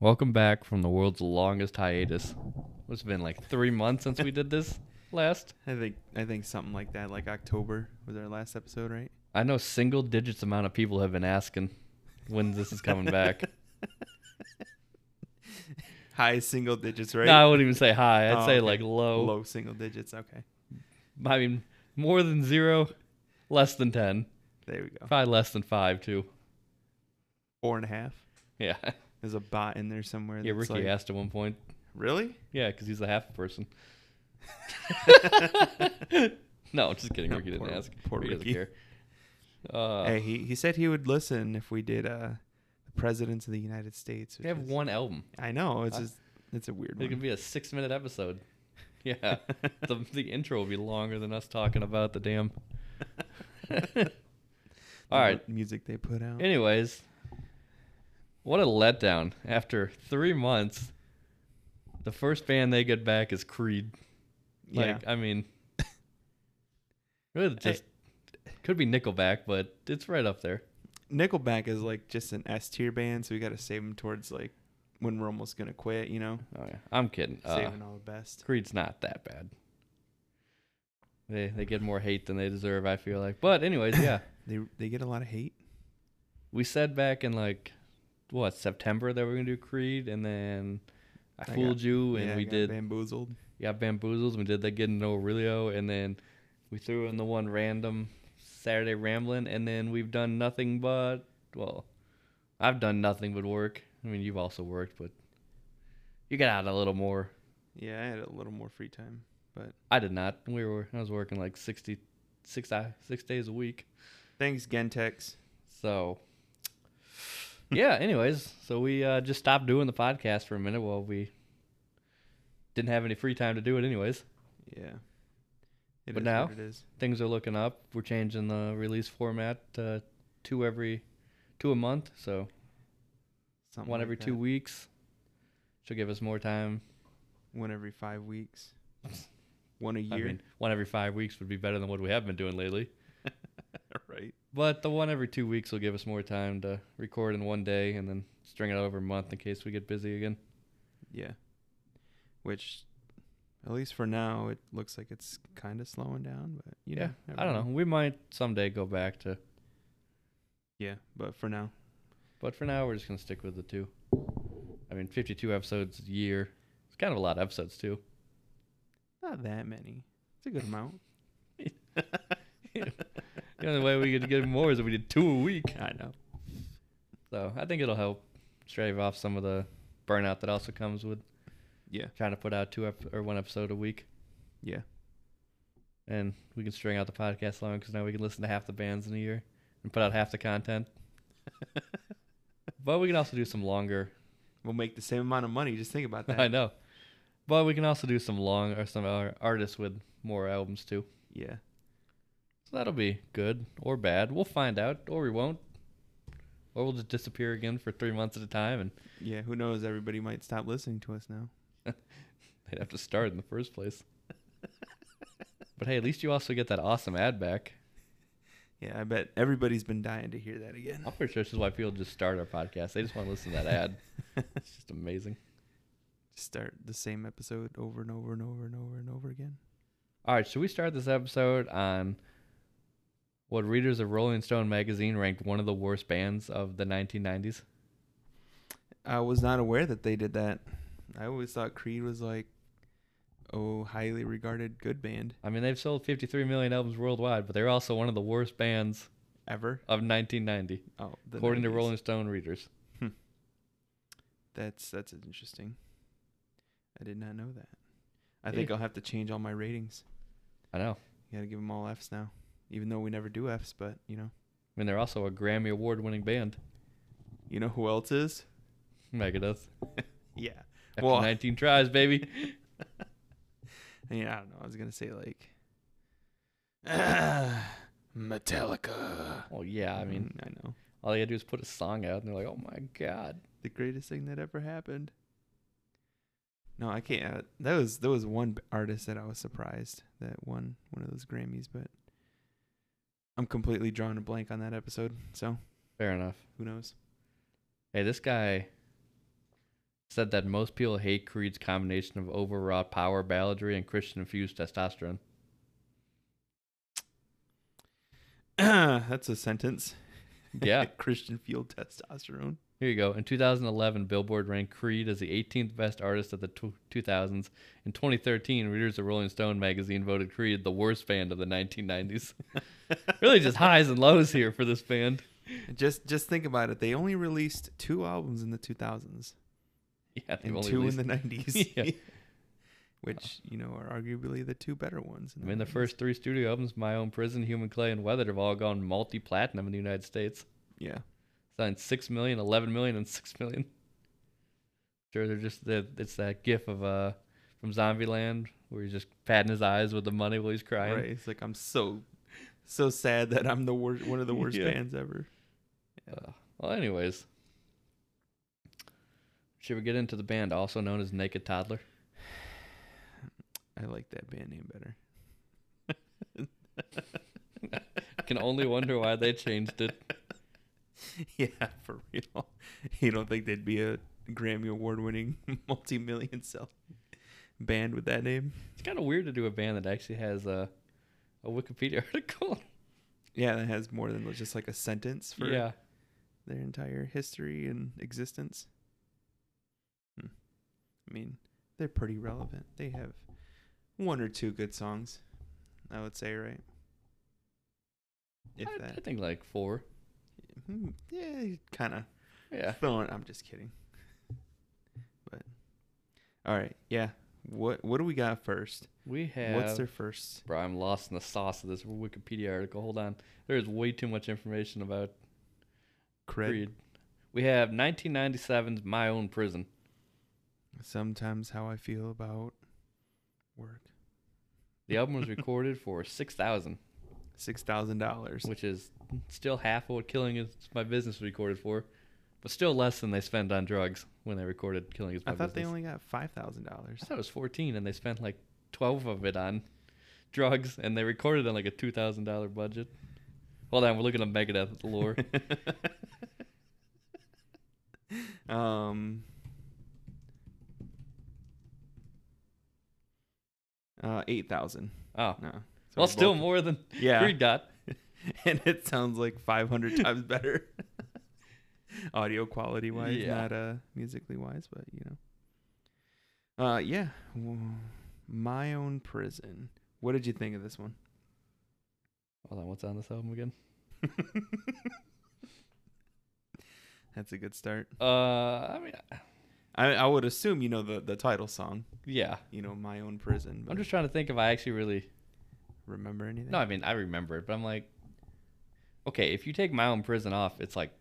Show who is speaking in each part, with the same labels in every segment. Speaker 1: Welcome back from the world's longest hiatus. It's been like three months since we did this last.
Speaker 2: I think I think something like that, like October was our last episode, right?
Speaker 1: I know single digits amount of people have been asking when this is coming back.
Speaker 2: High single digits, right?
Speaker 1: No, I wouldn't even say high. I'd
Speaker 2: Oh,
Speaker 1: say
Speaker 2: okay.
Speaker 1: like low.
Speaker 2: Low single digits. Okay,
Speaker 1: I mean, more than zero, less than ten,
Speaker 2: there we go.
Speaker 1: probably less than five too.
Speaker 2: Four and a half.
Speaker 1: Yeah,
Speaker 2: There's a bot in there somewhere.
Speaker 1: yeah.
Speaker 2: that's
Speaker 1: Ricky
Speaker 2: like,
Speaker 1: asked at one point.
Speaker 2: Really?
Speaker 1: Yeah, because he's a half person. no, just kidding. Ricky didn't
Speaker 2: Poor-
Speaker 1: ask.
Speaker 2: poor
Speaker 1: Ricky doesn't
Speaker 2: Ricky.
Speaker 1: care. Uh,
Speaker 2: hey, he, he said he would listen if we did uh, the presidents of the United States.
Speaker 1: they
Speaker 2: which
Speaker 1: have
Speaker 2: is-
Speaker 1: one album.
Speaker 2: I know it's
Speaker 1: I-
Speaker 2: just, it's a weird
Speaker 1: It
Speaker 2: one.
Speaker 1: can be uh, a six minute episode. Yeah. the, the intro will be longer than us talking about the damn.
Speaker 2: the
Speaker 1: All right.
Speaker 2: mu- music they put out.
Speaker 1: Anyways, what a letdown. After three months, the first band they get back is Creed.
Speaker 2: yeah,
Speaker 1: Like, I mean, really just could be Nickelback, but it's right up there.
Speaker 2: Nickelback is like just an S tier band, so we got to save them towards like when we're almost gonna quit. You know,
Speaker 1: Oh, yeah. I'm kidding. Uh,
Speaker 2: saving all the best.
Speaker 1: Creed's not that bad. They, they get more hate than they deserve, I feel like. But, anyways, yeah.
Speaker 2: They they get a lot of hate.
Speaker 1: we said back in like what September that we are gonna do Creed, and then I,
Speaker 2: got-
Speaker 1: fooled you, and
Speaker 2: Yeah,
Speaker 1: we
Speaker 2: got
Speaker 1: did
Speaker 2: bamboozled.
Speaker 1: yeah bamboozles. We did that getting to know Aurelio, and then we threw in the one random Saturday rambling, and then we've done nothing but well, I've done nothing but work. I mean, you've also worked, but you got out a little more.
Speaker 2: Yeah, I had a little more free time.
Speaker 1: I did not. We were I was working like 60, six, hou- six days a week.
Speaker 2: Thanks, Gentex.
Speaker 1: So, yeah. Anyways, so we uh, just stopped doing the podcast for a minute while we didn't have any free time to do it. Anyways,
Speaker 2: Yeah.
Speaker 1: But
Speaker 2: It is
Speaker 1: now-
Speaker 2: what it is.
Speaker 1: things are looking up. We're changing the release format uh, two every two a month, so
Speaker 2: Something
Speaker 1: one
Speaker 2: like
Speaker 1: every
Speaker 2: that.
Speaker 1: two weeks. Should give us more time.
Speaker 2: One every five weeks. One a
Speaker 1: I
Speaker 2: year.
Speaker 1: mean, one every five weeks would be better than what we have been doing lately.
Speaker 2: right.
Speaker 1: But the one every two weeks will give us more time to record in one day and then string it over a month in case we get busy again.
Speaker 2: Yeah. Which, at least for now, it looks like it's kind of slowing down. But you
Speaker 1: yeah,
Speaker 2: know, never
Speaker 1: I don't know. We might someday go back to
Speaker 2: Yeah, but for now,
Speaker 1: But for now, we're just gonna stick with the two. I mean, 52 episodes a year. It's kind of a lot of episodes too.
Speaker 2: not that many. It's a good amount.
Speaker 1: The only way we could get more is if we did two a week.
Speaker 2: I know.
Speaker 1: So I think it'll help stave off some of the burnout that also comes with
Speaker 2: Yeah.
Speaker 1: trying to put out two ep- or one episode a week.
Speaker 2: Yeah.
Speaker 1: And we can string out the podcast long because now we can listen to half the bands in a year and put out half the content. but we can also do some longer
Speaker 2: We'll make the same amount of money. Just think about that.
Speaker 1: I know. But we can also do some long or some ar- artists with more albums too.
Speaker 2: yeah.
Speaker 1: So that'll be good or bad. We'll find out or we won't. Or we'll just disappear again for three months at a time and
Speaker 2: Yeah. Who knows? Everybody might stop listening to us now.
Speaker 1: they'd have to start in the first place. but hey, at least you also get that awesome ad back.
Speaker 2: Yeah, I bet everybody's been dying to hear that again.
Speaker 1: I'm pretty sure this is why people just start our podcast. They just want to listen to that ad. It's just amazing.
Speaker 2: Start the same episode over and over and over and over and over again.
Speaker 1: All right, should we start this episode on what readers of Rolling Stone magazine ranked one of the worst bands of the 1990s?
Speaker 2: I was not aware that they did that. I always thought Creed was like, oh, highly regarded good band
Speaker 1: I mean, they've sold 53 million albums worldwide, but they're also one of the worst bands
Speaker 2: ever.
Speaker 1: of 1990,
Speaker 2: Oh, the
Speaker 1: according to
Speaker 2: 90s.
Speaker 1: Rolling Stone readers.
Speaker 2: That's that's interesting. I did not know that. I think
Speaker 1: Yeah.
Speaker 2: I'll have to change all my ratings.
Speaker 1: I know.
Speaker 2: You gotta give them all Fs now, even though we never do Fs. But you know,
Speaker 1: I mean, they're also a Grammy Award winning band,
Speaker 2: you know who else is?
Speaker 1: Megadeth.
Speaker 2: Yeah.
Speaker 1: After
Speaker 2: Well-
Speaker 1: 19 tries, baby.
Speaker 2: I mean, I don't know. I was gonna say like, ah, Metallica.
Speaker 1: Oh, yeah. I mean,
Speaker 2: Mm, I know
Speaker 1: all they gotta do is put a song out, and they're like, oh my God.
Speaker 2: the greatest thing that ever happened. No, I can't. Uh, that was that was one b- artist that I was surprised that won one of those Grammys, but I'm completely drawing a blank on that episode. So
Speaker 1: Fair enough.
Speaker 2: who knows?
Speaker 1: Hey, this guy said that most people hate Creed's combination of overwrought power, balladry, and Christian infused testosterone.
Speaker 2: That's a sentence.
Speaker 1: Yeah.
Speaker 2: Christian fueled testosterone.
Speaker 1: Here you go. In 2011, Billboard ranked Creed as the 18th best artist of the tw 2000s. In 2013, readers of Rolling Stone magazine voted Creed the worst band of the 1990s. really, just highs and lows here for this band.
Speaker 2: Just just think about it. They only released two albums in the 2000s
Speaker 1: Yeah, they've
Speaker 2: and
Speaker 1: only
Speaker 2: two
Speaker 1: released-
Speaker 2: in the 90s.
Speaker 1: Yeah.
Speaker 2: Which, you know, are arguably the two better ones.
Speaker 1: I mean, the
Speaker 2: 90s.
Speaker 1: first three studio albums, My Own Prison, Human Clay, and Weathered, have all gone multi platinum in the United States.
Speaker 2: Yeah.
Speaker 1: Signed 6 million, 11 million, and 6 million. Sure, they're just, they're, it's that gif of, uh, from Zombieland where he's just patting his eyes with the money while he's crying.
Speaker 2: Right. It's like I'm so so sad that I'm the worst one of the worst
Speaker 1: Yeah.
Speaker 2: bands ever.
Speaker 1: Uh, well, anyways. Should we get into the band also known as Naked Toddler?
Speaker 2: I like that band name better.
Speaker 1: I can only wonder why they changed it.
Speaker 2: Yeah, for real. You don't think they'd be a Grammy award winning multi million sell band with that name?
Speaker 1: It's kind of weird to do a band that actually has a, a Wikipedia article.
Speaker 2: Yeah, that has more than just like a sentence for
Speaker 1: yeah.
Speaker 2: their entire history and existence. Hmm. I mean, they're pretty relevant. They have one or two good songs, I would say, right? If
Speaker 1: I, I
Speaker 2: that,
Speaker 1: think like four.
Speaker 2: Hmm, yeah, kind of.
Speaker 1: Yeah.
Speaker 2: throwing. I'm just kidding. But all right, yeah. What what do we got first?
Speaker 1: We have.
Speaker 2: What's their first?
Speaker 1: Bro, I'm lost in the sauce of this Wikipedia article. Hold on. There's way too much information about
Speaker 2: Cred?
Speaker 1: Creed. We have 1997's My Own Prison.
Speaker 2: Sometimes how I feel about work.
Speaker 1: The album was recorded for 6000
Speaker 2: Six thousand dollars.
Speaker 1: which is still half of what Killing Is My Business was recorded for, but still less than they spend on drugs when they recorded Killing Is
Speaker 2: I
Speaker 1: My
Speaker 2: thought they
Speaker 1: Business.
Speaker 2: only got five thousand dollars.
Speaker 1: I thought it was 14, and they spent like 12 of it on drugs, and they recorded on like a $2,000 budget. Hold on, we're looking at Megadeth lore.
Speaker 2: Um. Uh, eight thousand.
Speaker 1: oh,
Speaker 2: No. So
Speaker 1: well,
Speaker 2: we're
Speaker 1: still
Speaker 2: both-
Speaker 1: more than
Speaker 2: Yeah.
Speaker 1: Creed got.
Speaker 2: and it sounds like 500 times better audio quality wise
Speaker 1: Yeah.
Speaker 2: not uh musically wise but you know uh yeah W- my own prison what did you think of this one
Speaker 1: Hold on, what's on this album again?
Speaker 2: that's a good start
Speaker 1: Uh, I mean,
Speaker 2: i i would assume you know the the title song
Speaker 1: yeah.
Speaker 2: you know my own prison but
Speaker 1: I'm just trying to think if I actually really
Speaker 2: remember anything
Speaker 1: No, I mean I remember it, but I'm like, okay, if you take my own prison off, it's like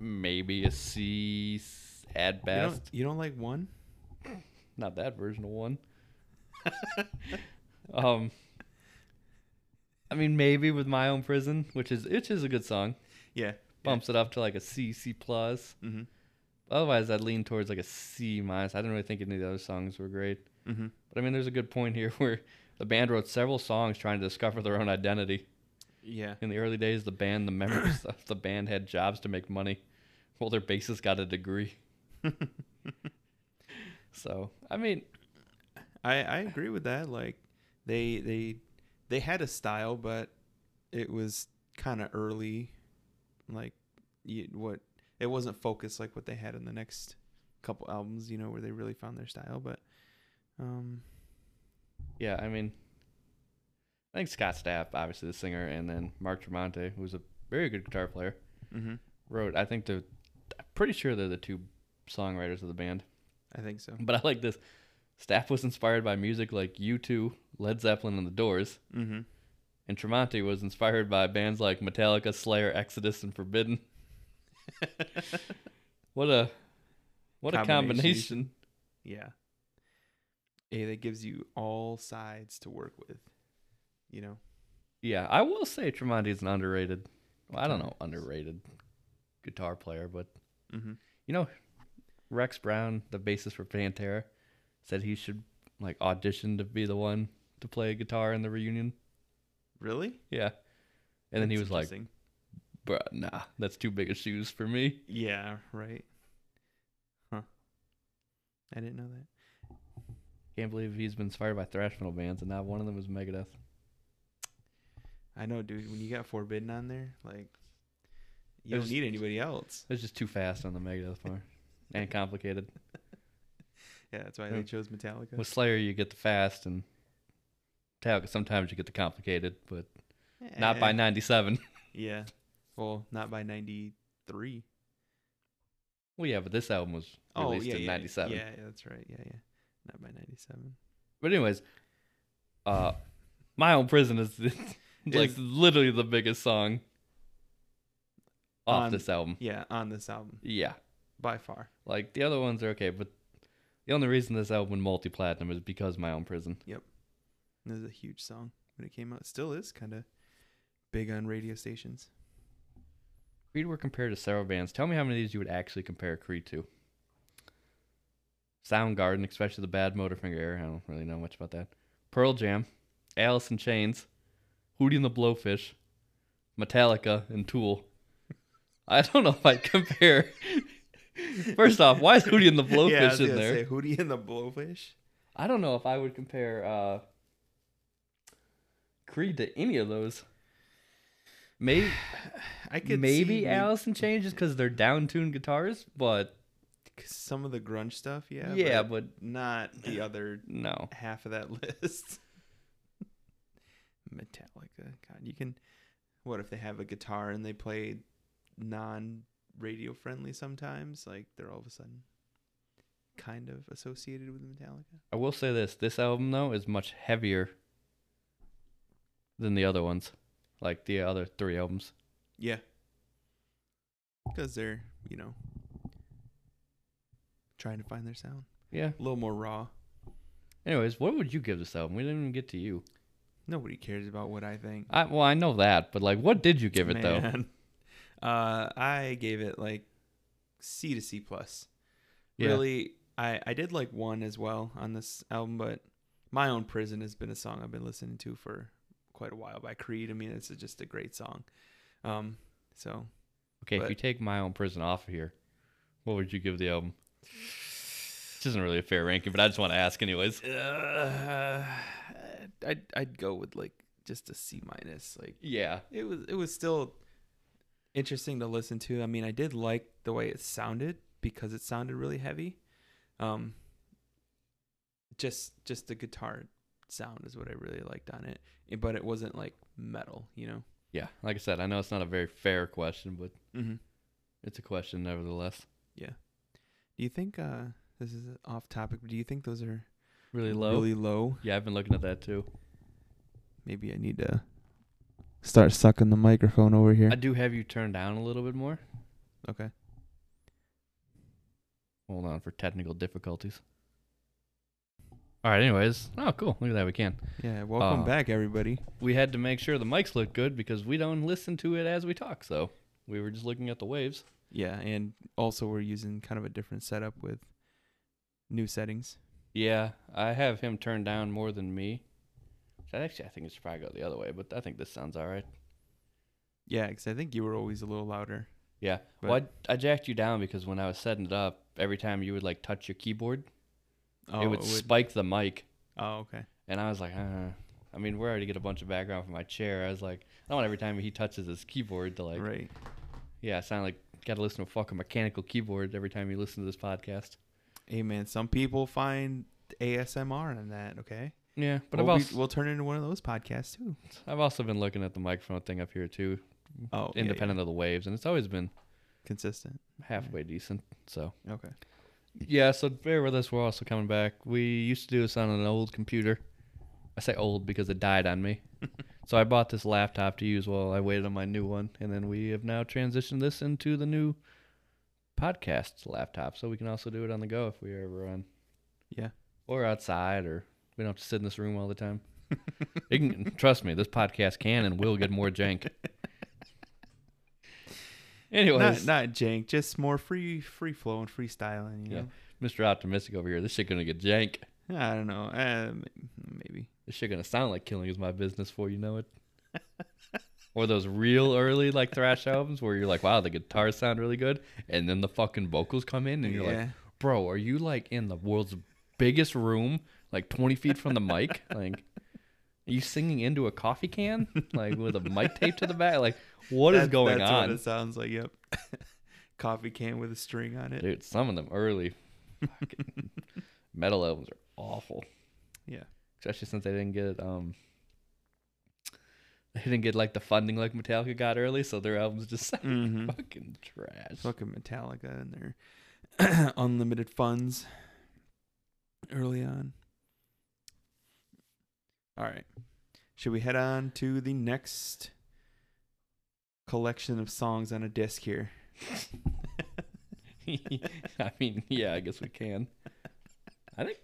Speaker 1: maybe a C s- at
Speaker 2: you don't,
Speaker 1: best.
Speaker 2: you don't like one
Speaker 1: Not that version of one. um, I mean maybe with my own prison, which is which is a good song,
Speaker 2: yeah
Speaker 1: bumps it up to like a C C plus.
Speaker 2: mm-hmm
Speaker 1: Otherwise, I'd lean towards like a C minus. I didn't really think any of the other songs were great,
Speaker 2: mm-hmm
Speaker 1: but I mean there's a good point here where the band wrote several songs trying to discover their own identity.
Speaker 2: yeah
Speaker 1: In the early days, the band, the members of the band had jobs to make money. Well, their bassist got a degree. so, I mean,
Speaker 2: I I agree with that. Like they they they had a style, but it was kind of early. Like you, what it wasn't focused like what they had in the next couple albums. You know where they really found their style, but um
Speaker 1: yeah, I mean, I think Scott Stapp, obviously the singer, and then Mark Tremonte, who's a very good guitar player,
Speaker 2: Mm-hmm.
Speaker 1: wrote, I think the, I'm pretty sure they're the two songwriters of the band.
Speaker 2: I think so.
Speaker 1: But I like this. Stapp was inspired by music like U2, Led Zeppelin, and The Doors.
Speaker 2: Mm-hmm.
Speaker 1: And Tremonti was inspired by bands like Metallica, Slayer, Exodus, and Forbidden. what a what a combination.
Speaker 2: Combination. Yeah. Hey, that gives you all sides to work with. You know.
Speaker 1: Yeah, I will say Tremonti's an underrated. Well, I don't know
Speaker 2: Guitarist.
Speaker 1: underrated guitar player, but
Speaker 2: Mm-hmm.
Speaker 1: you know, Rex Brown, the bassist for Pantera, said he should like audition to be the one to play guitar in the reunion.
Speaker 2: Really?
Speaker 1: Yeah. And then he
Speaker 2: That's
Speaker 1: was like,
Speaker 2: interesting.
Speaker 1: bruh, nah, that's too big of shoes for me.
Speaker 2: "Yeah, right." Huh. I didn't know that.
Speaker 1: Can't believe he's been inspired by thrash metal bands, and not one of them is Megadeth.
Speaker 2: I know, dude. When you got Forbidden on there, like, you
Speaker 1: It
Speaker 2: don't
Speaker 1: was-
Speaker 2: need anybody else.
Speaker 1: It's just too fast on the Megadeth part, and complicated.
Speaker 2: Yeah, that's why
Speaker 1: Yeah.
Speaker 2: they chose Metallica.
Speaker 1: With Slayer, you get the fast, and Metallica, sometimes you get the complicated, but not by
Speaker 2: Eh,
Speaker 1: '97.
Speaker 2: Yeah. Well, not by 93.
Speaker 1: well, yeah, but this album was
Speaker 2: Oh,
Speaker 1: released
Speaker 2: yeah,
Speaker 1: in
Speaker 2: yeah,
Speaker 1: '97.
Speaker 2: Yeah, yeah, that's right. Yeah, yeah. Not by 97.
Speaker 1: But anyways, uh, my own prison is like
Speaker 2: Is-
Speaker 1: literally the biggest song off
Speaker 2: On-
Speaker 1: this album.
Speaker 2: Yeah, on this album.
Speaker 1: Yeah,
Speaker 2: By far.
Speaker 1: like the other ones are okay, but the only reason this album went multi platinum is because my own prison.
Speaker 2: It was a huge song when it came out. Still is kind of big on radio stations.
Speaker 1: Creed were compared to several bands. Tell me how many of these you would actually compare Creed to. Soundgarden, especially the bad Motorfinger era. I don't really know much about that. Pearl Jam, Alice in Chains, Hootie and the Blowfish, Metallica, and Tool. I don't know if I'd compare. First off, why is Hootie and the Blowfish
Speaker 2: yeah, I was
Speaker 1: in
Speaker 2: gonna
Speaker 1: there?
Speaker 2: Say, Hootie and the Blowfish.
Speaker 1: I don't know if I would compare uh, Creed to any of those. Maybe
Speaker 2: I could
Speaker 1: maybe
Speaker 2: see
Speaker 1: Alice in Chains just because they're downtuned guitars, but
Speaker 2: maybe some of the grunge stuff. Yeah.
Speaker 1: yeah, but,
Speaker 2: not the other
Speaker 1: no.
Speaker 2: half of that list. Metallica. God, you can. What if they have a guitar and they play non radio friendly sometimes? Like they're all of a sudden kind of associated with Metallica.
Speaker 1: I will say this: this album though is much heavier than the other ones, like the other three albums.
Speaker 2: Yeah. Because they're, you know, trying to find their sound.
Speaker 1: Yeah.
Speaker 2: A little more raw.
Speaker 1: Anyways, what would you give this album? We didn't even get to you.
Speaker 2: Nobody cares about what I think.
Speaker 1: I well, I know that, but like, what did you give it though?
Speaker 2: Man. Uh, I gave it like C to C plus.
Speaker 1: Yeah.
Speaker 2: Really, I I did like one as well on this album, but my own prison has been a song I've been listening to for quite a while by Creed. I mean, it's just a great song. Um, so
Speaker 1: Okay, if
Speaker 2: But-
Speaker 1: you take my own prison off of here, what would you give the album? This isn't really a fair ranking, but I just want to ask anyways.
Speaker 2: uh, I'd I'd go with like just a C minus. Like
Speaker 1: Yeah.
Speaker 2: it was it was still interesting to listen to. I mean, I did like the way it sounded because it sounded really heavy. Um just just the guitar sound is what I really liked on it. Eh, But it wasn't like metal, you know.
Speaker 1: Yeah. Like I said, I know it's not a very fair question, but
Speaker 2: Mhm.
Speaker 1: it's a question nevertheless.
Speaker 2: Do you think uh this is off topic, but do you think those are
Speaker 1: Really low.
Speaker 2: really low?
Speaker 1: Yeah, I've been looking at that too.
Speaker 2: Maybe I need to start sucking the microphone over here.
Speaker 1: I do have you turned down a little bit more.
Speaker 2: okay.
Speaker 1: Hold on for technical difficulties. All right, anyways. Oh, cool. Look at that. We can.
Speaker 2: Yeah, welcome
Speaker 1: Uh,
Speaker 2: back everybody.
Speaker 1: We had to make sure the mics look good because we don't listen to it as we talk. So we were just looking at the waves.
Speaker 2: Yeah, and also we're using kind of a different setup with new settings.
Speaker 1: Yeah, I have him turned down more than me. So actually, I think it should probably go the other way, but I think this sounds all right.
Speaker 2: Yeah, because I think you were always a little louder.
Speaker 1: Yeah. well, I, I jacked you down because when I was setting it up, every time you would like touch your keyboard,
Speaker 2: Oh,
Speaker 1: it would spike the mic.
Speaker 2: oh, okay.
Speaker 1: And I was like, uh, I mean, we already get a bunch of background from my chair. I was like, I don't want every time he touches his keyboard to like,
Speaker 2: right.
Speaker 1: yeah, sound like got to listen to a fucking mechanical keyboard every time you listen to this podcast.
Speaker 2: Hey, man, some people find ASMR in that. Okay,
Speaker 1: Yeah, but
Speaker 2: we'll,
Speaker 1: I've
Speaker 2: be-
Speaker 1: also
Speaker 2: we'll turn into one of those podcasts too.
Speaker 1: I've also been looking at the microphone thing up here too,
Speaker 2: Oh, yeah,
Speaker 1: Mm-hmm. independent of the waves, and it's always been
Speaker 2: yeah. consistent.
Speaker 1: halfway decent. So
Speaker 2: Okay.
Speaker 1: yeah, so bear with us. We're also coming back. We used to do this on an old computer. I say old because it died on me. so I bought this laptop to use while I waited on my new one, and then we have now transitioned this into the new podcast laptop, so we can also do it on the go if we ever on.
Speaker 2: Yeah.
Speaker 1: Or outside, or we don't have to sit in this room all the time. it can, trust me, this podcast can and will get more jank.
Speaker 2: Not
Speaker 1: Anyways,
Speaker 2: not jank, just more free free flow and freestyling. You
Speaker 1: Yeah. Mr. Optimistic over here, this shit gonna get jank.
Speaker 2: know, I don't know. Uh, m- maybe.
Speaker 1: This shit gonna sound like killing is my business for you know it. or those real early like thrash albums where you're like, wow, the guitars sound really good, and then the fucking vocals come in and you're like,
Speaker 2: yeah.
Speaker 1: bro, are you like in the world's biggest room, like 20 feet from the mic? Like, are you singing into a coffee can, like with a mic taped to the back? Like, what is
Speaker 2: That-
Speaker 1: going
Speaker 2: that's
Speaker 1: on?
Speaker 2: What it sounds like. Yep. Coffee can with a string on it.
Speaker 1: Dude, some of them early fucking metal albums are awful.
Speaker 2: Yeah.
Speaker 1: Especially since they didn't get um they didn't get like the funding like Metallica got early, so their albums just sound
Speaker 2: Mm-hmm.
Speaker 1: fucking trash.
Speaker 2: Fucking Metallica and their unlimited funds early on. All right. Should we head on to the next collection of songs on a disc here?
Speaker 1: I mean, yeah, I guess we can. I think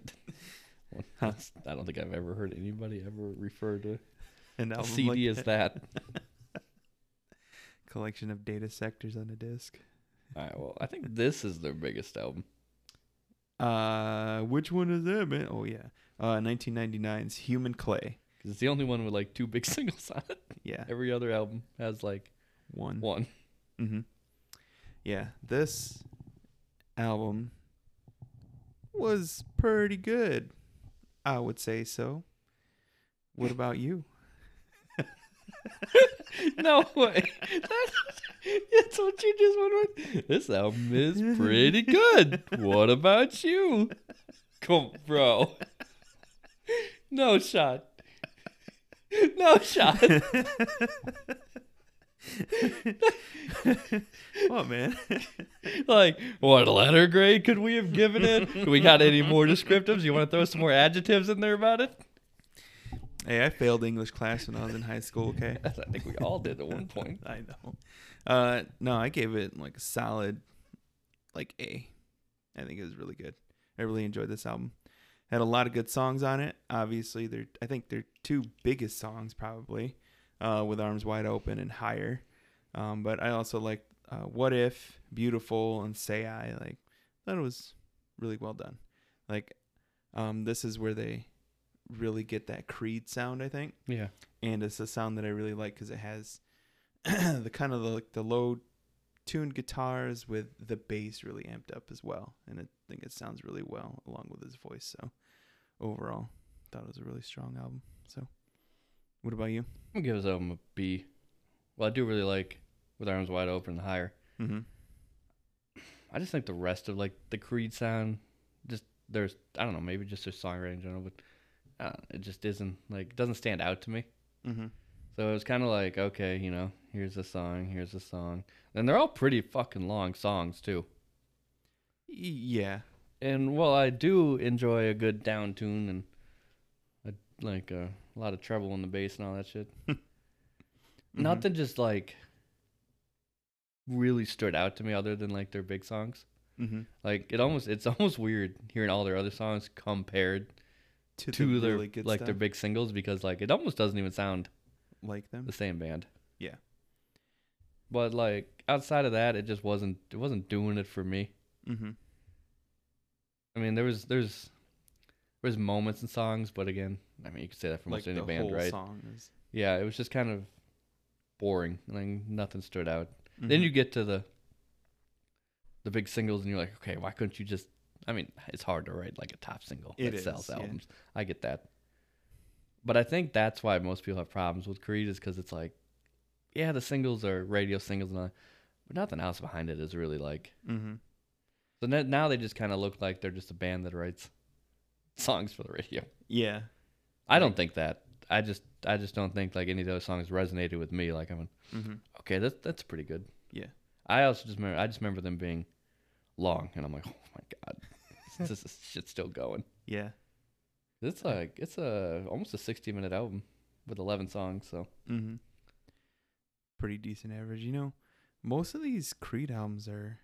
Speaker 1: well, that's- I don't think I've ever heard anybody ever refer to
Speaker 2: An
Speaker 1: a
Speaker 2: album
Speaker 1: CD
Speaker 2: like
Speaker 1: as that.
Speaker 2: collection of data sectors on a disc.
Speaker 1: All right, well, I think this is their biggest album.
Speaker 2: Uh, which one is that, man? Oh yeah, uh, 1999's Human Clay.
Speaker 1: 'Cause It's the only one with like two big singles on it.
Speaker 2: Yeah,
Speaker 1: Every other album has like
Speaker 2: one.
Speaker 1: one.
Speaker 2: Mm-hmm. Yeah, this album was pretty good. I would say so. What about you?
Speaker 1: No way. That's, that's what you just went with. This album is pretty good. What about you? Come, bro. No shot. No shot.
Speaker 2: What man?
Speaker 1: Like, what letter grade could we have given it? Do we got any more descriptives? You want to throw some more adjectives in there about it?
Speaker 2: hey, I failed English class when I was in high school. Okay.
Speaker 1: I think we all did at one point.
Speaker 2: I know. Uh, no, I gave it like a solid, like A. I think it was really good. I really enjoyed this album. Had a lot of good songs on it. Obviously, they're I think their two biggest songs probably, uh, with Arms Wide Open and Higher. Um, but I also liked uh, What If, Beautiful, and Say I. Like, thought it was really well done. Like, um, this is where they really get that Creed sound. I think
Speaker 1: Yeah.
Speaker 2: and it's a sound that I really like because it has the kind of the, like the low tuned guitars with the bass really amped up as well, and I think it sounds really well along with his voice. So overall, thought it was a really strong album. So, what about you?
Speaker 1: I'm going to give this album a B. Well, I do really like With Arms Wide Open and Higher.
Speaker 2: Mm-hmm.
Speaker 1: I just think the rest of like the Creed sound, just there's I don't know maybe just their songwriting in general, but uh, it just isn't like it doesn't stand out to me.
Speaker 2: Mm-hmm.
Speaker 1: So it was kind of like okay, you know, here's a song, here's a song, and they're all pretty fucking long songs too.
Speaker 2: Yeah,
Speaker 1: And while I do enjoy a good down tune and a, like uh, a lot of treble in the bass and all that shit,
Speaker 2: Mhm.
Speaker 1: nothing just like really stood out to me other than like their big songs.
Speaker 2: Mhm.
Speaker 1: Like it almost it's almost weird hearing all their other songs compared to their
Speaker 2: really good
Speaker 1: like their
Speaker 2: stuff.
Speaker 1: big singles because like it almost doesn't even sound
Speaker 2: like them.
Speaker 1: the same band.
Speaker 2: Yeah.
Speaker 1: But like outside of that it just wasn't it wasn't doing it for me.
Speaker 2: Mm-hmm.
Speaker 1: I mean there was there's there's moments in songs, but again, I mean you could say that for
Speaker 2: Like
Speaker 1: most
Speaker 2: the
Speaker 1: any band,
Speaker 2: whole
Speaker 1: right?
Speaker 2: song is.
Speaker 1: Yeah, it was just kind of boring. Like nothing stood out. Then
Speaker 2: Mhm.
Speaker 1: you get to the the big singles, and you're like, okay, why couldn't you just? I mean, it's hard to write like a top single
Speaker 2: It
Speaker 1: that
Speaker 2: is,
Speaker 1: sells
Speaker 2: yeah.
Speaker 1: albums. I get that, but I think that's why most people have problems with Creed is because it's like, yeah, the singles are radio singles and all, that, but nothing else behind it is really like.
Speaker 2: Mhm.
Speaker 1: So now, now they just kind of look like they're just a band that writes songs for the radio.
Speaker 2: Yeah.
Speaker 1: I don't
Speaker 2: Right.
Speaker 1: think that. I just I just don't think like any of those songs resonated with me. Like I'm an
Speaker 2: Mm-hmm.
Speaker 1: Okay, that's that's pretty good.
Speaker 2: Yeah.
Speaker 1: I also just remember I just remember them being long, and I'm like, oh my god, this is, shit's still going.
Speaker 2: Yeah.
Speaker 1: It's like it's a almost a 60 minute album with 11 songs. So
Speaker 2: Mm-hmm. Pretty decent average. You know, most of these Creed albums are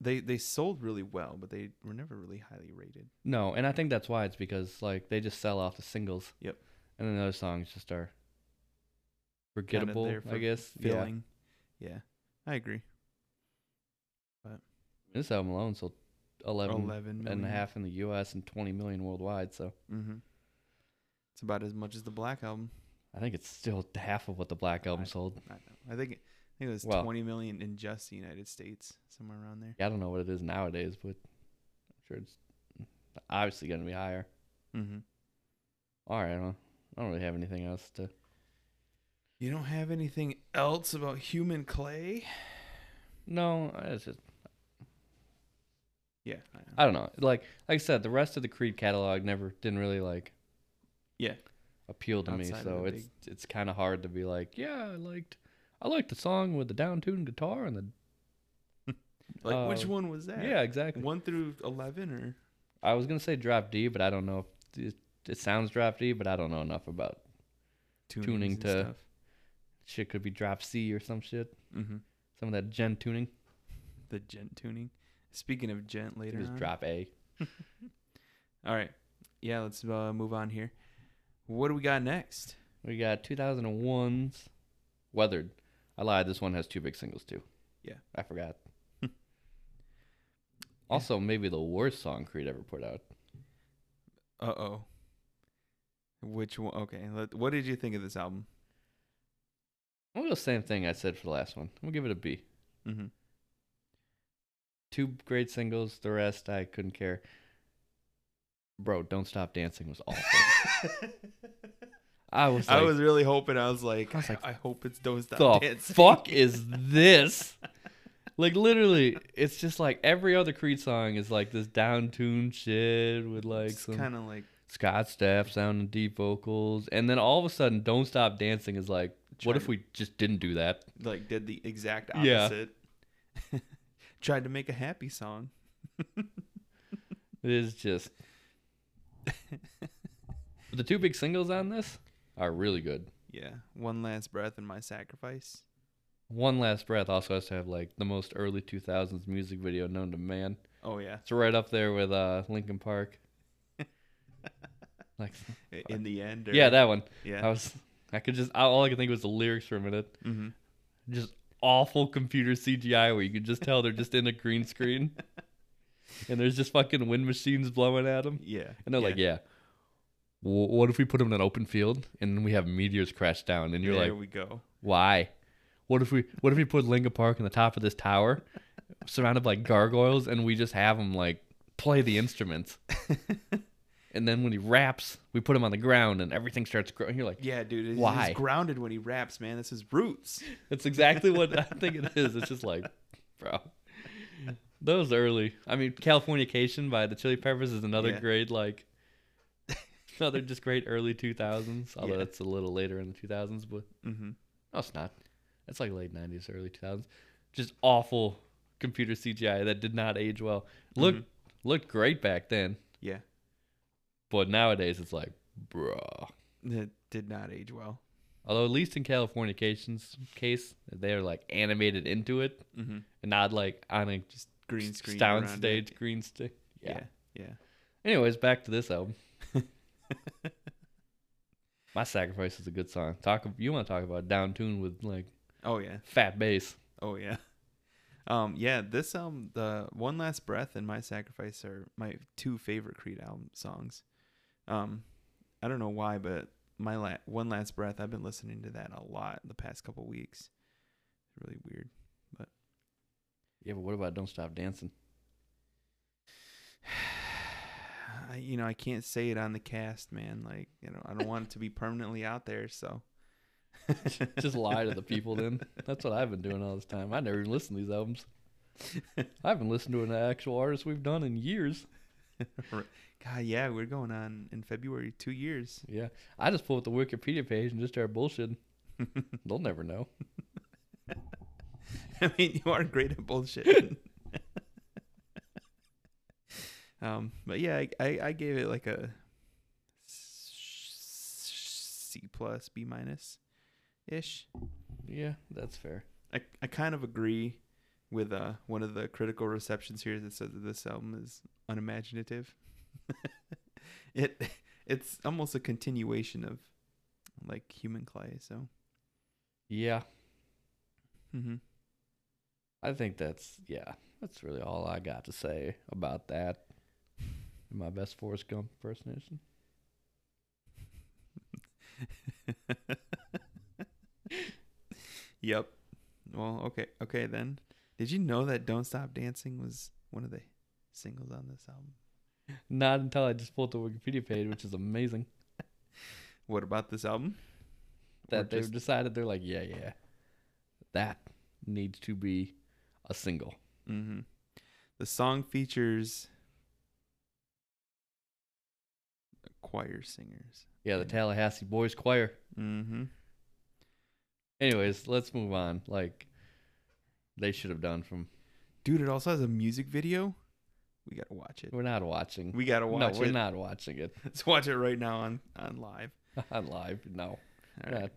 Speaker 2: they they sold really well, but they were never really highly rated.
Speaker 1: no, and I think that's why it's because like they just sell off the singles.
Speaker 2: Yep.
Speaker 1: And then those songs just are forgettable,
Speaker 2: there
Speaker 1: I
Speaker 2: for
Speaker 1: guess. Yeah.
Speaker 2: Filling. Yeah, I agree.
Speaker 1: This album alone sold 11,
Speaker 2: Eleven
Speaker 1: and a half in the U.S. and 20 million worldwide. So
Speaker 2: Mm-hmm. It's about as much as the Black album.
Speaker 1: I think it's still half of what the Black album
Speaker 2: I-
Speaker 1: sold.
Speaker 2: I know. I think it- I think it was
Speaker 1: Well-
Speaker 2: twenty million in just the United States, somewhere around there.
Speaker 1: Yeah, I don't know what it is nowadays, but I'm Sure, it's obviously gonna be higher.
Speaker 2: Mm-hmm.
Speaker 1: All right, well, I don't really have anything else to.
Speaker 2: You don't have anything else about human clay?
Speaker 1: No, it's just
Speaker 2: Yeah.
Speaker 1: I don't know. Like like I said, the rest of the Creed catalog never didn't really like
Speaker 2: Yeah.
Speaker 1: appeal to
Speaker 2: Outside
Speaker 1: me.
Speaker 2: of
Speaker 1: So
Speaker 2: the
Speaker 1: it's it's kind of hard to be like, yeah, I liked I liked the song with the down tuned guitar and the
Speaker 2: Like which
Speaker 1: Uh,
Speaker 2: one was that?
Speaker 1: yeah, exactly.
Speaker 2: One through eleven or
Speaker 1: I was gonna say drop D, but I don't know. if It, it sounds drop D, but I don't know enough about
Speaker 2: tunings
Speaker 1: Tuning
Speaker 2: and
Speaker 1: to-
Speaker 2: stuff.
Speaker 1: shit. Could be drop C or some shit.
Speaker 2: Mm-hmm.
Speaker 1: Some of that gen tuning.
Speaker 2: The gent tuning. Speaking of gent later.
Speaker 1: Just
Speaker 2: on.
Speaker 1: drop A.
Speaker 2: All right. Yeah, let's uh, move on here. What do we got next?
Speaker 1: We got 2001's Weathered. I lied. This one has two big singles too.
Speaker 2: Yeah.
Speaker 1: I forgot. also, maybe the worst song Creed ever put out.
Speaker 2: Uh oh. Which one? Okay. Let, what did you think of this album?
Speaker 1: I'm gonna do the same thing I said for the last one. I'm gonna give it a B.
Speaker 2: Mm-hmm.
Speaker 1: Two great singles. The rest I couldn't care. Bro, don't stop dancing was awful. I was. Like,
Speaker 2: I was really hoping. I was like,
Speaker 1: I
Speaker 2: I,
Speaker 1: was like,
Speaker 2: I hope it's Don't
Speaker 1: the
Speaker 2: Stop Dancing."
Speaker 1: fuck is this? Like literally, it's just like every other Creed song is like this down tuned shit with like
Speaker 2: It's
Speaker 1: some
Speaker 2: kind of like
Speaker 1: Scott Staff sounding deep vocals, and then all of a sudden, "Don't Stop Dancing" is like, what
Speaker 2: Trying
Speaker 1: if
Speaker 2: to-
Speaker 1: we just didn't do that?
Speaker 2: like did the exact
Speaker 1: Yeah.
Speaker 2: opposite. Tried to make a happy song.
Speaker 1: It is just. the two big singles on this are really good.
Speaker 2: Yeah. One last breath and my sacrifice.
Speaker 1: One Last Breath also has to have like the most early 2000s music video known to man.
Speaker 2: Oh yeah.
Speaker 1: It's right up there with uh Linkin Park. like
Speaker 2: I- In the end. Or,
Speaker 1: yeah, that one. I
Speaker 2: yeah.
Speaker 1: was I could just all I could think was the lyrics for a minute.
Speaker 2: hmm
Speaker 1: just awful computer CGI where you could just tell they're just in a green screen and there's just fucking wind machines blowing at them.
Speaker 2: Yeah.
Speaker 1: And they're like, yeah, wh- what if we put them in an open field and then we have meteors crash down? And you're
Speaker 2: there
Speaker 1: like,
Speaker 2: we go.
Speaker 1: why? What if we what if we put Linga Park in the top of this tower, surrounded by gargoyles, and we just have him like play the instruments? and then when he raps, we put him on the ground, and everything starts growing. You're like,
Speaker 2: Yeah, dude. He's,
Speaker 1: Why?
Speaker 2: He's grounded when he raps, man. That's his roots.
Speaker 1: It's exactly what I think it is. It's just like, bro. Those early. I mean, Californication by the Chili Peppers is another
Speaker 2: Yeah.
Speaker 1: great, like, another just great early 2000s. Although
Speaker 2: Yeah.
Speaker 1: that's a little later in the 2000s, but
Speaker 2: Mm-hmm.
Speaker 1: no, it's not. It's like late 90s, early 2000s. Just awful computer CGI that did not age well.
Speaker 2: Mm-hmm.
Speaker 1: Looked, looked great back then,
Speaker 2: Yeah.
Speaker 1: but nowadays it's like, bruh.
Speaker 2: That did not age well.
Speaker 1: Although, at least in Californication's case, they're like animated into it
Speaker 2: Mm-hmm.
Speaker 1: and not like on a
Speaker 2: Just green screen. around it.
Speaker 1: downstage green stick. Yeah.
Speaker 2: Yeah. Yeah.
Speaker 1: Anyways, back to this album. My sacrifice is a good song. Talk you want to talk about down tune with like
Speaker 2: Oh yeah.
Speaker 1: fat bass.
Speaker 2: Oh yeah. Um yeah, this um the One Last Breath and My Sacrifice are my two favorite Creed album songs. Um I don't know why, but my la- One Last Breath, I've been listening to that a lot the past couple weeks. Really weird.
Speaker 1: Yeah, but what about don't stop dancing?
Speaker 2: I, you know, I can't say it on the cast, man. Like, you know, I don't want it to be permanently out there, so
Speaker 1: Just lie to the people. Then that's what I've been doing all this time. I never even listened to these albums. I haven't listened to an actual artist we've done in years.
Speaker 2: God, yeah, we're going on in February 2 years.
Speaker 1: Yeah, I just pulled up the Wikipedia page and just started bullshitting. They'll never know.
Speaker 2: I mean, you are great at bullshit. um, but yeah, I, I, I gave it like a C plus, B minus ish.
Speaker 1: Yeah, that's fair.
Speaker 2: I, I kind of agree with uh, one of the critical receptions here that says that this album is unimaginative. it it's almost a continuation of like human clay. So
Speaker 1: Yeah,
Speaker 2: mm-hmm.
Speaker 1: I think that's yeah. That's really all I got to say about that. My best Forrest Gump impersonation.
Speaker 2: yep. Well, okay, okay then. Did you know that "Don't Stop Dancing" was one of the singles on this album.
Speaker 1: Not until I just pulled the Wikipedia page, which is amazing.
Speaker 2: What about this album? Or
Speaker 1: That they've
Speaker 2: just-
Speaker 1: decided they're like, yeah, yeah, that needs to be a single.
Speaker 2: Mm-hmm. The song features choir singers.
Speaker 1: Yeah, the
Speaker 2: Yeah.
Speaker 1: Tallahassee Boys Choir.
Speaker 2: Mm-hmm.
Speaker 1: Anyways, let's move on. Like they should have done from.
Speaker 2: Dude, it also has a music video. We gotta watch it.
Speaker 1: We're not watching.
Speaker 2: We gotta watch
Speaker 1: no, we're
Speaker 2: it.
Speaker 1: not watching it
Speaker 2: Let's watch it right now on on live.
Speaker 1: on live. No,
Speaker 2: All right.
Speaker 1: not-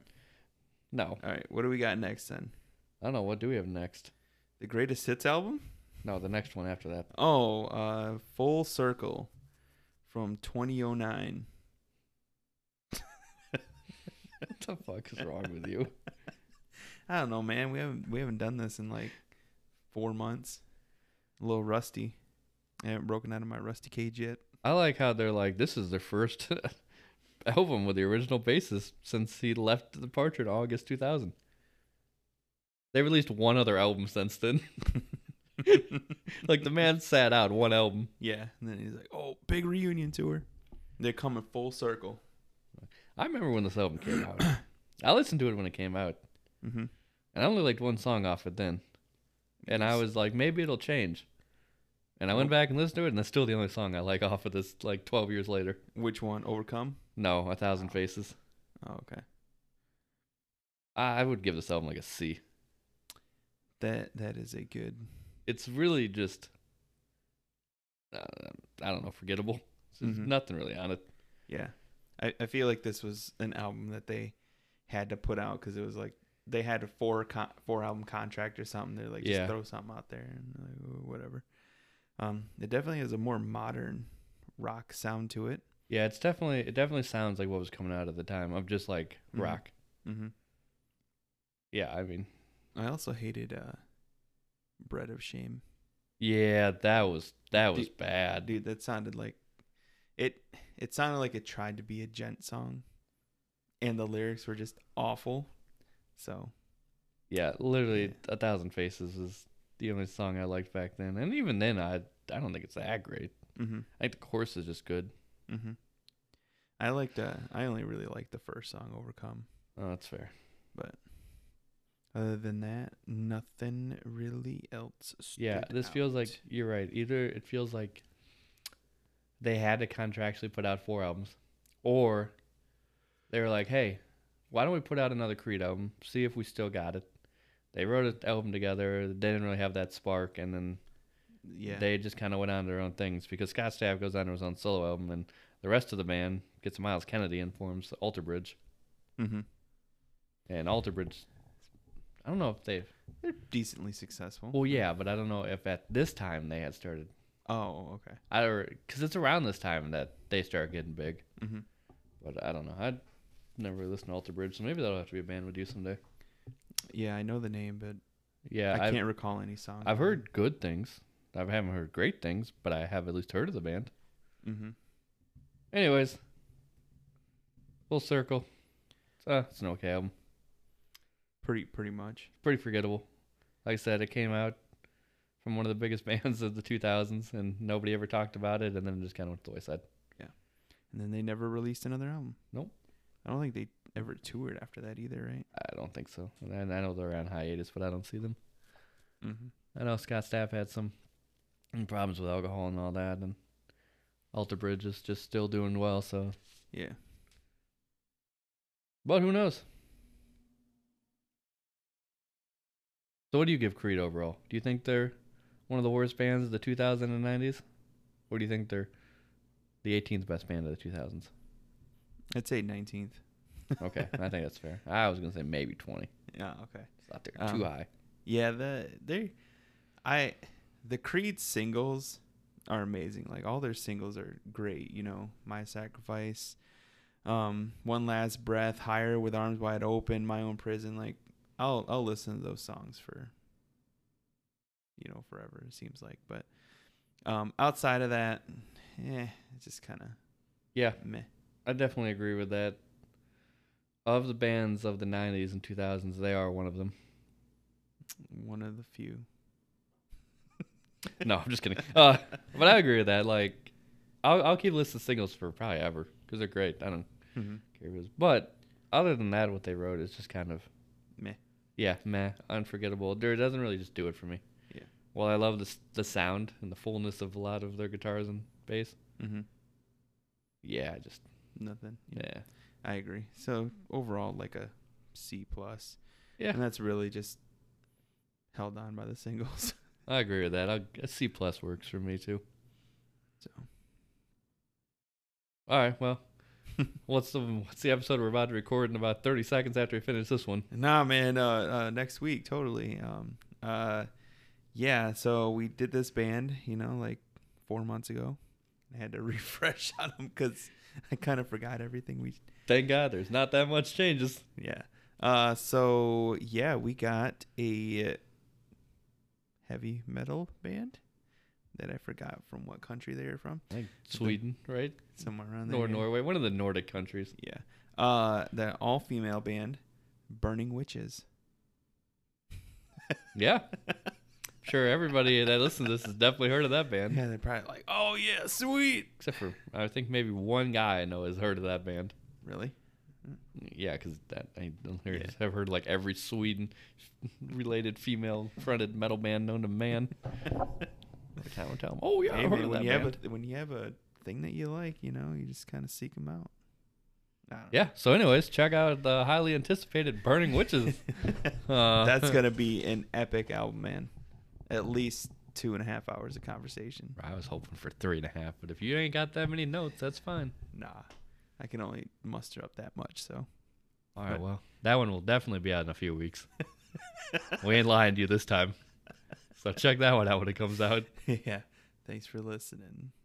Speaker 1: no.
Speaker 2: All right. What do we got next then?
Speaker 1: I don't know. What do we have next?
Speaker 2: The greatest hits album?
Speaker 1: No, the next one after that.
Speaker 2: Oh, uh, Full Circle from 2009.
Speaker 1: What the fuck is wrong with you?
Speaker 2: I don't know, man. We haven't we haven't done this in like four months. A little rusty. I haven't broken out of my rusty cage yet.
Speaker 1: I like how they're like, this is their first album with the original bassist since he left the departure in August 2000. They released one other album since then. like the man sat out one album.
Speaker 2: Yeah, and then he's like, "Oh, big reunion tour." They're coming full circle.
Speaker 1: I remember when this album came out. I listened to it when it came out,
Speaker 2: Mm-hmm.
Speaker 1: and I only liked one song off it then. And I was like, maybe it'll change. And I went
Speaker 2: Nope.
Speaker 1: back and listened to it, and that's still the only song I like off of this, like 12 years later.
Speaker 2: Which one? Overcome.
Speaker 1: No, A Thousand
Speaker 2: Wow.
Speaker 1: Faces.
Speaker 2: Oh, okay.
Speaker 1: I, I would give this album like a C.
Speaker 2: That that is a good.
Speaker 1: it's really just uh, I don't know, forgettable. There's
Speaker 2: Mhm.
Speaker 1: nothing really on it.
Speaker 2: Yeah, I I feel like this was an album that they had to put out because it was like they had a four con- four album contract or something. They're like,
Speaker 1: Yeah.
Speaker 2: just throw something out there and they're like, "Oh, whatever. Um, it definitely has a more modern rock sound to it.
Speaker 1: Yeah, it's definitely it definitely sounds like what was coming out at the time of just like
Speaker 2: Mhm.
Speaker 1: rock.
Speaker 2: Mm-hmm.
Speaker 1: Yeah, I mean,
Speaker 2: I also hated uh, Bread of Shame.
Speaker 1: yeah, that was that was
Speaker 2: Dude-
Speaker 1: bad.
Speaker 2: dude that sounded like it it sounded like it tried to be a gent song and the lyrics were just awful so
Speaker 1: Yeah, literally
Speaker 2: Yeah.
Speaker 1: a thousand faces was the only song I liked back then, and even then, I I don't think it's that great.
Speaker 2: mm-hmm,
Speaker 1: I think the chorus is just good.
Speaker 2: mm-hmm. i liked uh i only really liked the first song overcome
Speaker 1: Oh, that's fair.
Speaker 2: other than that nothing really else stood
Speaker 1: Yeah, this feels
Speaker 2: out.
Speaker 1: like you're right. Either it feels like they had to contractually put out four albums, or they were like, "Hey, why don't we put out another Creed album? See if we still got it." They wrote an album together. They didn't really have that spark, and then
Speaker 2: yeah
Speaker 1: they just kind of went on to their own things because Scott Staff goes on to his own solo album, and the rest of the band gets Miles Kennedy and forms Alter Bridge.
Speaker 2: mm-hmm.
Speaker 1: And Alter Bridge, I don't know if they've.
Speaker 2: they're decently successful
Speaker 1: Well, yeah, but I don't know if at this time they had started
Speaker 2: oh okay
Speaker 1: I don't because it's around this time that they start getting big.
Speaker 2: mm-hmm.
Speaker 1: But I don't know. I'd never really listened to Alter Bridge, so maybe that'll have to be a band we do someday.
Speaker 2: yeah i know the name but
Speaker 1: Yeah,
Speaker 2: i
Speaker 1: I have
Speaker 2: can't recall any songs
Speaker 1: I've heard good things. I haven't heard great things, but I have at least heard of the band.
Speaker 2: mm-hmm.
Speaker 1: Anyways, full circle. It's, uh, it's an okay album.
Speaker 2: pretty pretty much
Speaker 1: It's pretty forgettable. Like I said, it came out from one of the biggest bands of the 2000s, and nobody ever talked about it, and then it just kind of went to the wayside.
Speaker 2: and then they never released another album.
Speaker 1: Nope.
Speaker 2: I don't think they ever toured after that either, right?
Speaker 1: I don't think so. And I know they're on hiatus, but I don't see them.
Speaker 2: Mm-hmm.
Speaker 1: I know Scott Staff had some problems with alcohol and all that, and Alter Bridge is just still doing well. So,
Speaker 2: Yeah.
Speaker 1: but who knows? So, what do you give Creed overall? Do you think they're one of the worst bands of the 2000s and 90s, or do you think they're the 18th best band of the 2000s?
Speaker 2: I'd say 19th.
Speaker 1: Okay, I think that's fair. I was gonna say maybe 20.
Speaker 2: Yeah, okay.
Speaker 1: It's not there too
Speaker 2: Um,
Speaker 1: high.
Speaker 2: Yeah, the they I the Creed singles are amazing. Like all their singles are great, you know, My Sacrifice, um, One Last Breath, Higher with Arms Wide Open, My Own Prison, like I'll I'll listen to those songs for you know, forever it seems like, but um outside of that, eh, it's just kind of
Speaker 1: Yeah,
Speaker 2: meh.
Speaker 1: I definitely agree with that. Of the bands of the 90s and 2000s, they are one of them.
Speaker 2: One of the few.
Speaker 1: No, I'm just kidding. Uh, but I agree with that. Like, I'll, I'll keep listening to singles for probably ever because they're great. I don't
Speaker 2: hmm
Speaker 1: care who's. But other than that, what they wrote is just kind of
Speaker 2: Meh.
Speaker 1: Yeah, meh, unforgettable. There it doesn't really just do it for me.
Speaker 2: Yeah.
Speaker 1: Well, I love the s- the sound and the fullness of a lot of their guitars and bass.
Speaker 2: hmm
Speaker 1: Yeah, I just
Speaker 2: Nothing. Yeah.
Speaker 1: yeah.
Speaker 2: I agree. So overall, like a C plus.
Speaker 1: Yeah.
Speaker 2: And that's really just held on by the singles.
Speaker 1: I agree with that. I'll, a C plus works for me too.
Speaker 2: so
Speaker 1: All right, well, what's the what's the episode we're about to record in about 30 seconds after we finish this one?
Speaker 2: Nah, man. Uh, uh, next week, totally. Um, uh, yeah. So we did this band, you know, like four months ago. I had to refresh on them because I kind of forgot everything we.
Speaker 1: Thank God, there's not that much changes.
Speaker 2: Yeah. Uh, so yeah, we got a heavy metal band that I forgot from what country they are from.
Speaker 1: Like Sweden, right?
Speaker 2: Somewhere around there.
Speaker 1: Nor
Speaker 2: yeah.
Speaker 1: Norway, one of the Nordic countries.
Speaker 2: Yeah. Uh, the all-female band, Burning Witches.
Speaker 1: Yeah. sure, everybody that listens to this has definitely heard of that band.
Speaker 2: Yeah, they're probably like, oh yeah, sweet.
Speaker 1: Except for, I think maybe one guy I know has heard of that band.
Speaker 2: Really?
Speaker 1: Yeah, because that I don't hear.
Speaker 2: Yeah.
Speaker 1: I've heard like every Sweden-related female-fronted metal band known to man. Every time I tell them, oh yeah,
Speaker 2: Hey,
Speaker 1: I heard
Speaker 2: man,
Speaker 1: of
Speaker 2: when
Speaker 1: that
Speaker 2: you
Speaker 1: band.
Speaker 2: have a when you have a thing that you like, you know, you just kind of seek them out. I don't
Speaker 1: yeah. So, anyways, check out the highly anticipated "Burning Witches."
Speaker 2: know.
Speaker 1: Uh,
Speaker 2: That's gonna be an epic album, man. At least two and a half hours of conversation.
Speaker 1: I was hoping for three and a half, but if you ain't got that many notes, that's fine.
Speaker 2: Nah, I can only muster up that much. So
Speaker 1: All right, well, that one will definitely be out in a few weeks. we ain't lying to you this time. So check that one out when it comes out.
Speaker 2: yeah, thanks for listening.